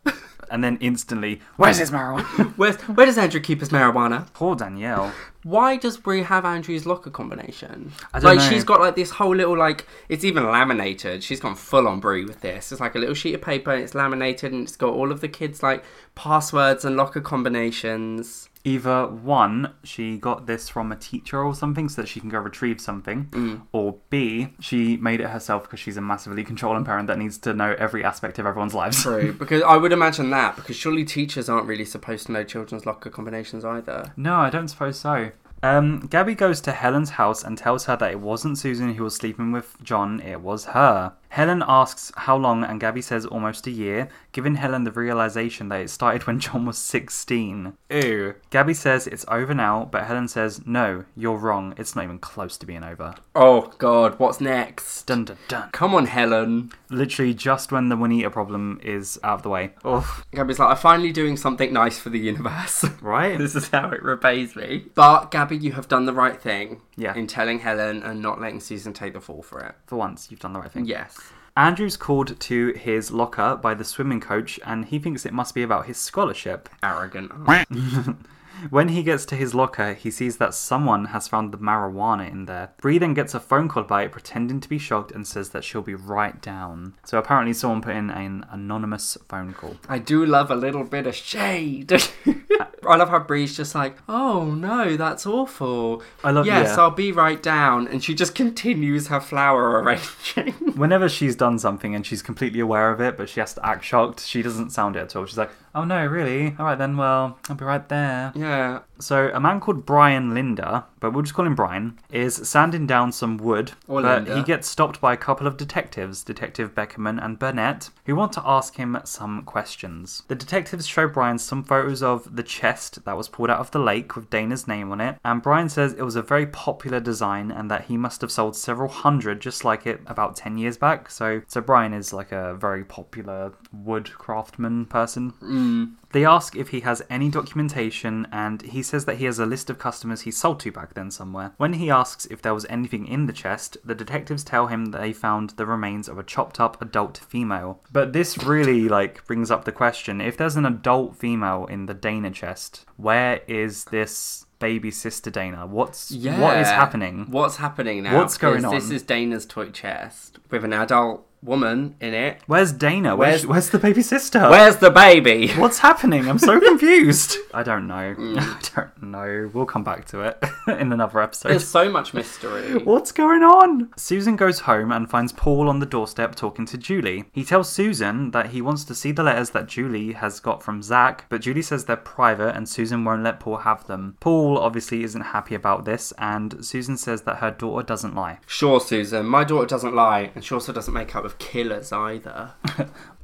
[SPEAKER 1] and then instantly, "Where's his
[SPEAKER 2] [laughs]
[SPEAKER 1] marijuana?"
[SPEAKER 2] Where's, where does Andrew keep his marijuana?
[SPEAKER 1] Poor Danielle.
[SPEAKER 2] Why does Brie have Andrew's locker combination?
[SPEAKER 1] I don't
[SPEAKER 2] like
[SPEAKER 1] know.
[SPEAKER 2] she's got like this whole little like it's even laminated. She's gone full on Brie with this. It's like a little sheet of paper and it's laminated and it's got all of the kids like passwords and locker combinations.
[SPEAKER 1] Either one, she got this from a teacher or something so that she can go retrieve something,
[SPEAKER 2] Mm.
[SPEAKER 1] or B, she made it herself because she's a massively controlling parent that needs to know every aspect of everyone's lives.
[SPEAKER 2] True, [laughs] because I would imagine that because surely teachers aren't really supposed to know children's locker combinations either.
[SPEAKER 1] No, I don't suppose so. Um, Gabby goes to Helen's house and tells her that it wasn't Susan who was sleeping with John, it was her. Helen asks how long, and Gabby says almost a year, giving Helen the realization that it started when John was 16.
[SPEAKER 2] Ew.
[SPEAKER 1] Gabby says it's over now, but Helen says, no, you're wrong. It's not even close to being over.
[SPEAKER 2] Oh god, what's next?
[SPEAKER 1] Dun dun dun.
[SPEAKER 2] Come on, Helen.
[SPEAKER 1] Literally just when the Winita problem is out of the way. Oof.
[SPEAKER 2] Gabby's like, I'm finally doing something nice for the universe. [laughs]
[SPEAKER 1] Right?
[SPEAKER 2] this is how it repays me. But Gabby, you have done the right thing
[SPEAKER 1] Yeah.
[SPEAKER 2] in telling Helen and not letting Susan take the fall for it.
[SPEAKER 1] For once, you've done the right thing.
[SPEAKER 2] Yes.
[SPEAKER 1] Andrew's called to his locker by the swimming coach, and he thinks it must be about his scholarship.
[SPEAKER 2] Arrogant.
[SPEAKER 1] When he gets to his locker, he sees that someone has found the marijuana in there. Bree then gets a phone call by it, pretending to be shocked, and says that she'll be right down. So apparently, someone put in an anonymous phone call.
[SPEAKER 2] I do love a little bit of shade. [laughs] I love how Bree's just like, oh no, that's awful.
[SPEAKER 1] I love-
[SPEAKER 2] Yes,
[SPEAKER 1] yeah.
[SPEAKER 2] I'll be right down. And she just continues her flower arranging. [laughs]
[SPEAKER 1] Whenever she's done something and she's completely aware of it, but she has to act shocked, she doesn't sound it at all. She's like, "Oh no, really? All right then. Well, I'll be right there."
[SPEAKER 2] yeah.
[SPEAKER 1] So a man called Brian Linda, but we'll just call him Brian, is sanding down some wood,
[SPEAKER 2] Or
[SPEAKER 1] but
[SPEAKER 2] Linda.
[SPEAKER 1] he gets stopped by a couple of detectives, Detective Beckerman and Burnett, who want to ask him some questions. The detectives show Brian some photos of the chest that was pulled out of the lake with Dana's name on it, and Brian says it was a very popular design and that he must have sold several hundred just like it about 10 years back. So so Brian is like a very popular wood craftsman person. They ask if he has any documentation, and he says that he has a list of customers he sold to back then somewhere. When he asks if there was anything in the chest, the detectives tell him they found the remains of a chopped up adult female. But this really like brings up the question: if there's an adult female in the Dana chest, where is this baby sister Dana? What's
[SPEAKER 2] Yeah.
[SPEAKER 1] what is happening?
[SPEAKER 2] What's happening now?
[SPEAKER 1] What's going
[SPEAKER 2] Because This
[SPEAKER 1] on?
[SPEAKER 2] is Dana's toy chest with an adult woman in it.
[SPEAKER 1] Where's Dana? Where's
[SPEAKER 2] Where's-
[SPEAKER 1] where's the baby sister?
[SPEAKER 2] Where's
[SPEAKER 1] [laughs]
[SPEAKER 2] the baby?
[SPEAKER 1] What's happening? I'm so confused. [laughs] I don't know. [laughs] I don't know. We'll come back to it [laughs] in another episode.
[SPEAKER 2] [laughs] There's so much mystery.
[SPEAKER 1] What's going on? Susan goes home and finds Paul on the doorstep talking to Julie. He tells Susan that he wants to see the letters that Julie has got from Zach, but Julie says they're private and Susan won't let Paul have them. Paul obviously isn't happy about this, and Susan says that her daughter doesn't lie.
[SPEAKER 2] Sure, Susan, my daughter doesn't lie, and she also doesn't make up with
[SPEAKER 1] [laughs]
[SPEAKER 2] killers either.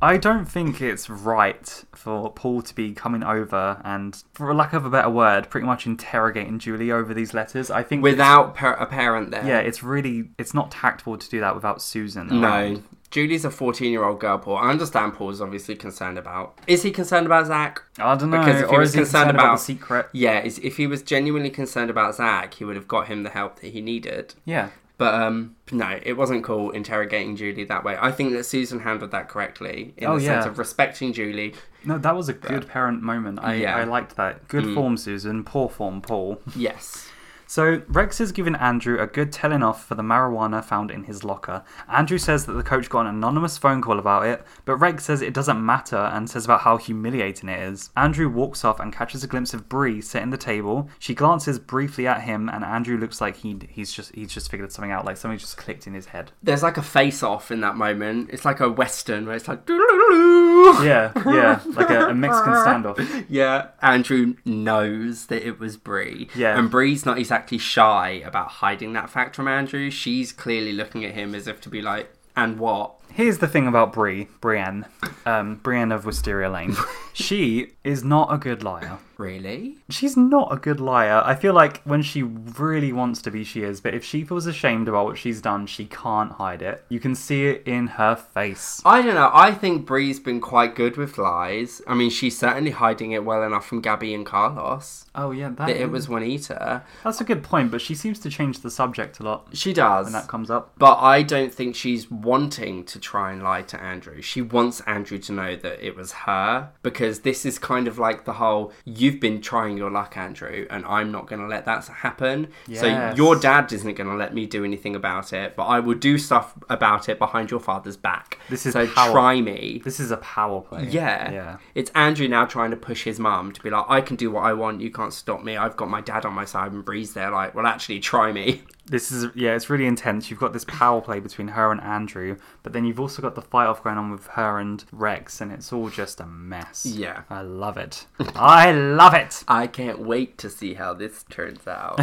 [SPEAKER 1] I don't think it's right for Paul to be coming over and, for lack of a better word, pretty much interrogating Julie over these letters. I think
[SPEAKER 2] Without par- a parent there.
[SPEAKER 1] yeah, it's really it's not tactful to do that without Susan. around.
[SPEAKER 2] No. Julie's a 14 year old girl, Paul. I understand Paul's obviously concerned about. Is he concerned about Zach?
[SPEAKER 1] I don't know.
[SPEAKER 2] Because if he
[SPEAKER 1] or
[SPEAKER 2] was
[SPEAKER 1] is he concerned
[SPEAKER 2] concerned
[SPEAKER 1] about the
[SPEAKER 2] about-
[SPEAKER 1] secret?
[SPEAKER 2] Yeah, is- if he was genuinely concerned about Zach, he would have got him the help that he needed.
[SPEAKER 1] Yeah.
[SPEAKER 2] But um, no, it wasn't cool interrogating Julie that way. I think that Susan handled that correctly in
[SPEAKER 1] Oh,
[SPEAKER 2] the sense
[SPEAKER 1] yeah.
[SPEAKER 2] of respecting Julie.
[SPEAKER 1] No, that was a good parent moment. I,
[SPEAKER 2] Yeah. Mm.
[SPEAKER 1] I liked that. Good form, Susan. Poor form, Paul.
[SPEAKER 2] Yes.
[SPEAKER 1] So Rex has given Andrew a good telling off for the marijuana found in his locker. Andrew says that the coach got an anonymous phone call about it, but Rex says it doesn't matter and says about how humiliating it is. Andrew walks off and catches a glimpse of Bree sitting at the table. She glances briefly at him, and Andrew looks like he he's just he's just figured something out, like something just clicked in his head.
[SPEAKER 2] There's like a face off in that moment. It's like a Western where it's like. [laughs] Yeah.
[SPEAKER 1] Yeah, yeah, like a, a Mexican standoff.
[SPEAKER 2] Yeah, Andrew knows that it was Bree.
[SPEAKER 1] Yeah.
[SPEAKER 2] And Bree's not exactly shy about hiding that fact from Andrew. She's clearly looking at him as if to be like, and what?
[SPEAKER 1] Here's the thing about Brie, Brienne, um, Brienne of Wisteria [laughs] Lane. she is not a good liar.
[SPEAKER 2] Really?
[SPEAKER 1] She's not a good liar. I feel like when she really wants to be, she is. But if she feels ashamed about what she's done, she can't hide it. You can see it in her face.
[SPEAKER 2] I don't know. I think Bree's been quite good with lies. I mean, she's certainly hiding it well enough from Gabby and Carlos
[SPEAKER 1] Oh yeah, that
[SPEAKER 2] that it was Juanita.
[SPEAKER 1] That's a good point. But she seems to change the subject a lot
[SPEAKER 2] She does.
[SPEAKER 1] when that comes up.
[SPEAKER 2] But I don't think she's wanting to try and lie to Andrew. She wants Andrew to know that it was her because this is kind of like the whole you've been trying your luck, Andrew, and I'm not going to let that happen.
[SPEAKER 1] Yes.
[SPEAKER 2] So your dad isn't going to let me do anything about it, but I will do stuff about it behind your father's back.
[SPEAKER 1] This is
[SPEAKER 2] so
[SPEAKER 1] power.
[SPEAKER 2] try me.
[SPEAKER 1] This is a power play.
[SPEAKER 2] Yeah.
[SPEAKER 1] yeah.
[SPEAKER 2] It's Andrew now trying to push his mum to be like, I can do what I want. You can't stop me. I've got my dad on my side. And Bree's there, like, well, actually, try me.
[SPEAKER 1] This is yeah, it's really intense. You've got this power play between her and Andrew, but then you've also got the fight off going on with her and Rex, and it's all just a mess.
[SPEAKER 2] Yeah.
[SPEAKER 1] I love it. [laughs] I love it. [laughs]
[SPEAKER 2] I can't wait to see how this turns out.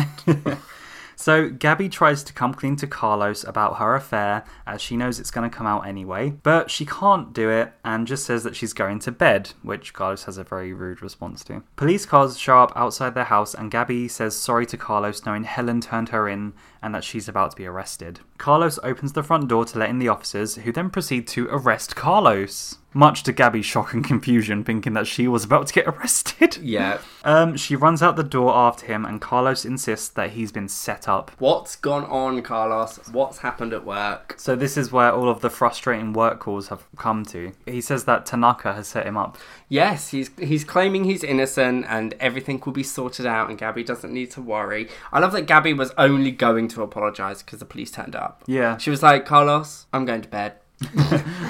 [SPEAKER 1] So Gabby tries to come clean to Carlos about her affair, as she knows it's going to come out anyway, but she can't do it and just says that she's going to bed, which Carlos has a very rude response to. Police cars show up outside their house, and Gabby says sorry to Carlos, knowing Helen turned her in and that she's about to be arrested. Carlos opens the front door to let in the officers, who then proceed to arrest Carlos. Much to Gabby's shock and confusion, thinking that she was about to get [laughs] arrested.
[SPEAKER 2] Yeah.
[SPEAKER 1] Um, she runs out the door after him, and Carlos insists that he's been set up.
[SPEAKER 2] What's gone on, Carlos? What's happened at work?
[SPEAKER 1] So, this is where all of the frustrating work calls have come to. He says that Tanaka has set him up.
[SPEAKER 2] Yes, he's he's claiming he's innocent and everything will be sorted out and Gabby doesn't need to worry. I love that Gabby was only going to apologize because the police turned up. [laughs]
[SPEAKER 1] Yeah.
[SPEAKER 2] She was like, "Carlos, I'm going to bed."
[SPEAKER 1] [laughs]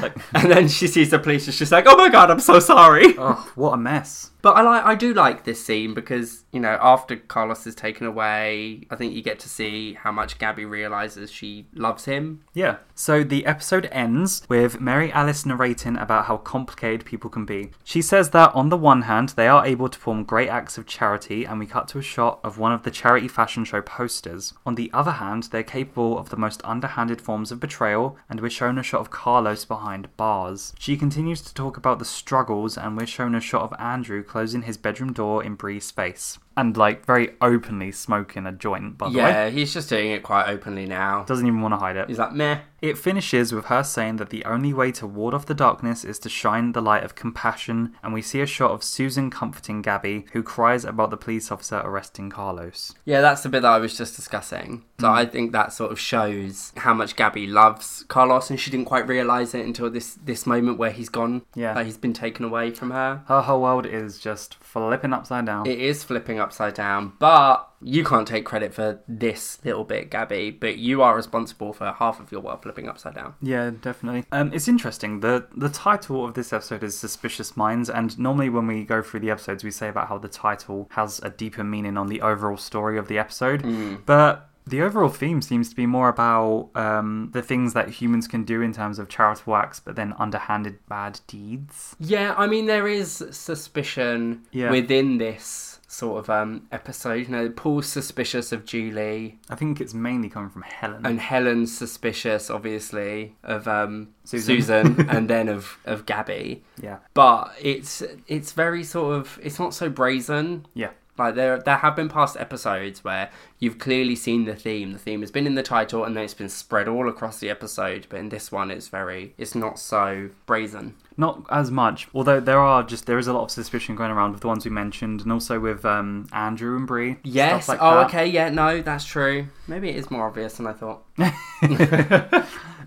[SPEAKER 1] Like,
[SPEAKER 2] [laughs] And then she sees the police and she's like, "Oh my god, I'm so sorry."
[SPEAKER 1] oh, what a mess.
[SPEAKER 2] But I like I do like this scene because, you know, after Carlos is taken away, I think you get to see how much Gabby realizes she loves him.
[SPEAKER 1] Yeah. So the episode ends with Mary Alice narrating about how complicated people can be. She says that on the one hand, they are able to perform great acts of charity, and we cut to a shot of one of the charity fashion show posters. On the other hand, they're capable of the most underhanded forms of betrayal, and we're shown a shot of Carlos behind bars. She continues to talk about the struggles, and we're shown a shot of Andrew closing his bedroom door in Bree's face. And like very openly smoking a joint, by the way.
[SPEAKER 2] Yeah, he's just doing it quite openly now.
[SPEAKER 1] Doesn't even want to hide it.
[SPEAKER 2] He's like, "Meh."
[SPEAKER 1] It finishes with her saying that the only way to ward off the darkness is to shine the light of compassion, and we see a shot of Susan comforting Gabby, who cries about the police officer arresting Carlos.
[SPEAKER 2] Yeah, that's the bit that I was just discussing. So I think that sort of shows how much Gabby loves Carlos, and she didn't quite realize it until this this moment where he's gone.
[SPEAKER 1] Yeah.
[SPEAKER 2] like he's been taken away from her.
[SPEAKER 1] Her whole world is just flipping upside down.
[SPEAKER 2] It is flipping upside down, but you can't take credit for this little bit, Gabby. But you are responsible for half of your world flipping upside down.
[SPEAKER 1] Yeah, definitely. Um, it's interesting. the The title of this episode is "Suspicious Minds," and normally when we go through the episodes, we say about how the title has a deeper meaning on the overall story of the episode.
[SPEAKER 2] Hmm.
[SPEAKER 1] But the overall theme seems to be more about um, the things that humans can do in terms of charitable acts, but then underhanded bad deeds.
[SPEAKER 2] Yeah, I mean there is suspicion
[SPEAKER 1] Yeah.
[SPEAKER 2] within this sort of um episode. You know, Paul's suspicious of Julie,
[SPEAKER 1] I think it's mainly coming from Helen.
[SPEAKER 2] and Helen's suspicious, obviously, of um,
[SPEAKER 1] Susan.
[SPEAKER 2] Susan, [laughs] and then of, of Gabby.
[SPEAKER 1] yeah,
[SPEAKER 2] But it's it's very sort of it's not so brazen.
[SPEAKER 1] yeah,
[SPEAKER 2] Like there there have been past episodes where you've clearly seen the theme. The theme has been in the title and then it's been spread all across the episode. But in this one, it's very it's not so brazen.
[SPEAKER 1] not as much. Although there are just there is a lot of suspicion going around with the ones we mentioned, and also with um, Andrew and Bree.
[SPEAKER 2] Yes.
[SPEAKER 1] like
[SPEAKER 2] oh,
[SPEAKER 1] that.
[SPEAKER 2] okay. Yeah. No, that's true. Maybe it is more obvious than I thought.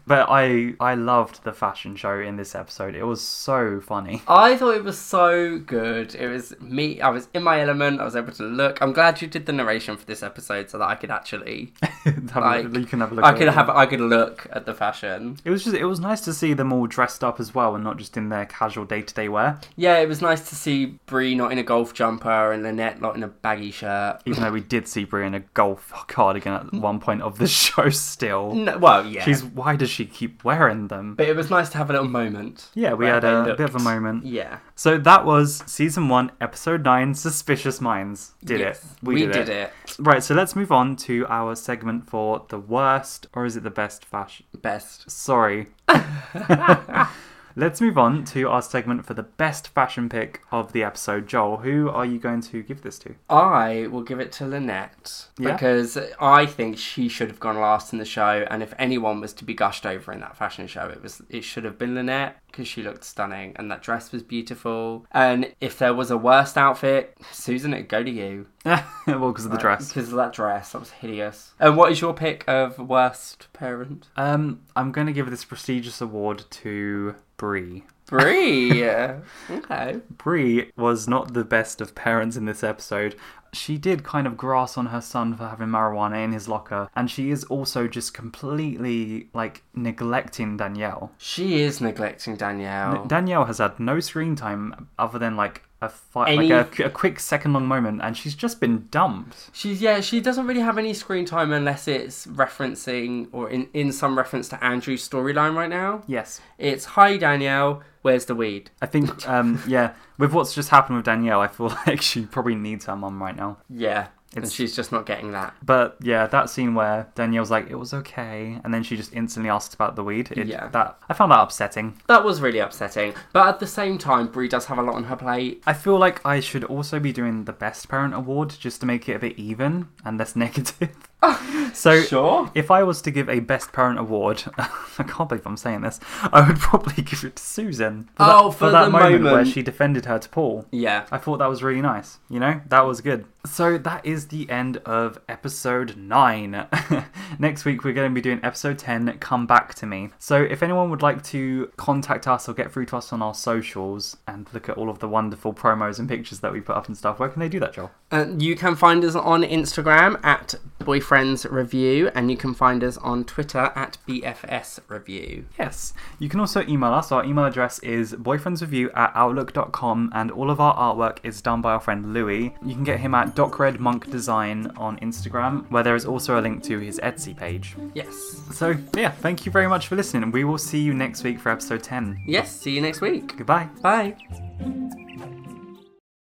[SPEAKER 1] But I I loved the fashion show in this episode. It was so funny. [laughs]
[SPEAKER 2] I thought it was so good. It was me. I was in my element. I was able to look. I'm glad you did the narration for this episode so that I could actually,
[SPEAKER 1] Have a
[SPEAKER 2] Like,
[SPEAKER 1] look- you can have a look.
[SPEAKER 2] I
[SPEAKER 1] at
[SPEAKER 2] could
[SPEAKER 1] it.
[SPEAKER 2] have, I could look at the fashion.
[SPEAKER 1] It was just it was nice to see them all dressed up as well and not just in their casual day to day wear.
[SPEAKER 2] Yeah, it was nice to see Brie not in a golf jumper and Lynette not in a baggy shirt.
[SPEAKER 1] Even though we did see Brie in a golf cardigan at one point of the [laughs] show, still
[SPEAKER 2] No, well, yeah.
[SPEAKER 1] she's why does she keep wearing them?
[SPEAKER 2] But it was nice to have a little moment.
[SPEAKER 1] Yeah, we
[SPEAKER 2] where
[SPEAKER 1] had
[SPEAKER 2] they
[SPEAKER 1] a,
[SPEAKER 2] looked-
[SPEAKER 1] bit of a moment.
[SPEAKER 2] Yeah.
[SPEAKER 1] So that was season one, episode nine, Suspicious Minds. Did
[SPEAKER 2] Yes,
[SPEAKER 1] it? We, did, it.
[SPEAKER 2] it.
[SPEAKER 1] Right. So let's move on to our segment for the worst, or is it the best fashion?
[SPEAKER 2] Best.
[SPEAKER 1] [laughs] Sorry. Let's move on to our segment for the best fashion pick of the episode. Joel, who are you going to give this to?
[SPEAKER 2] I will give it to Lynette
[SPEAKER 1] Yeah.
[SPEAKER 2] because I think she should have gone last in the show. And if anyone was to be gushed over in that fashion show, it was it should have been Lynette because she looked stunning and that dress was beautiful. And if there was a worst outfit, Susan, it'd go to you
[SPEAKER 1] [laughs] well, because of the dress.
[SPEAKER 2] because of that dress. That was hideous. And what is your pick of worst parent?
[SPEAKER 1] Um, I'm going to give this prestigious award to Brie.
[SPEAKER 2] Brie. okay.
[SPEAKER 1] Brie was not the best of parents in this episode. She did kind of grass on her son for having marijuana in his locker, and she is also just completely like neglecting Danielle.
[SPEAKER 2] She is neglecting Danielle.
[SPEAKER 1] Danielle has had no screen time other than like a fi-
[SPEAKER 2] Any-
[SPEAKER 1] like a, a quick second long moment, and she's just been dumped.
[SPEAKER 2] She's yeah, she doesn't really have any screen time unless it's referencing or in, in some reference to Andrew's storyline right now.
[SPEAKER 1] Yes,
[SPEAKER 2] It's hi Danielle, where's the weed?
[SPEAKER 1] I [laughs]
[SPEAKER 2] [laughs]
[SPEAKER 1] think um, yeah. With what's just happened with Danielle, I feel like she probably needs her mum right now.
[SPEAKER 2] Yeah. and she's just not getting that.
[SPEAKER 1] But yeah, that scene where Danielle's like, "It was okay," and then she just instantly asks about the weed. It,
[SPEAKER 2] Yeah.
[SPEAKER 1] that I found that upsetting.
[SPEAKER 2] That was really upsetting. But at the same time, Brie does have a lot on her plate.
[SPEAKER 1] I feel like I should also be doing the Best Parent award just to make it a bit even and less [laughs] negative.
[SPEAKER 2] Oh,
[SPEAKER 1] so
[SPEAKER 2] Sure.
[SPEAKER 1] If I was to give a Best Parent award, [laughs] I can't believe I'm saying this. I would probably [laughs] give it to Susan for
[SPEAKER 2] Oh,
[SPEAKER 1] that,
[SPEAKER 2] for
[SPEAKER 1] that
[SPEAKER 2] the
[SPEAKER 1] moment, where
[SPEAKER 2] moment.
[SPEAKER 1] she defended her to Paul.
[SPEAKER 2] Yeah.
[SPEAKER 1] I thought that was really nice. You know, that was good. So that is the end of episode 9. [laughs] Next week, we're going to be doing episode 10, Come Back to Me. So if anyone would like to contact us or get through to us on our socials and look at all of the wonderful promos and pictures that we put up and stuff, where can they do that, Joel?
[SPEAKER 2] Uh, you can find us on Instagram at Boyfriends Review, and you can find us on Twitter at BFS Review.
[SPEAKER 1] Yes. You can also email us. Our email address is boyfriendsreview at outlook.com, and all of our artwork is done by our friend Louis. You can get him at docredmonkdesign on Instagram, where there is also a link to his Etsy page.
[SPEAKER 2] Yes.
[SPEAKER 1] So, yeah, thank you very much for listening. We will see you next week for episode 10.
[SPEAKER 2] Yes. See you next week.
[SPEAKER 1] Goodbye.
[SPEAKER 2] Bye.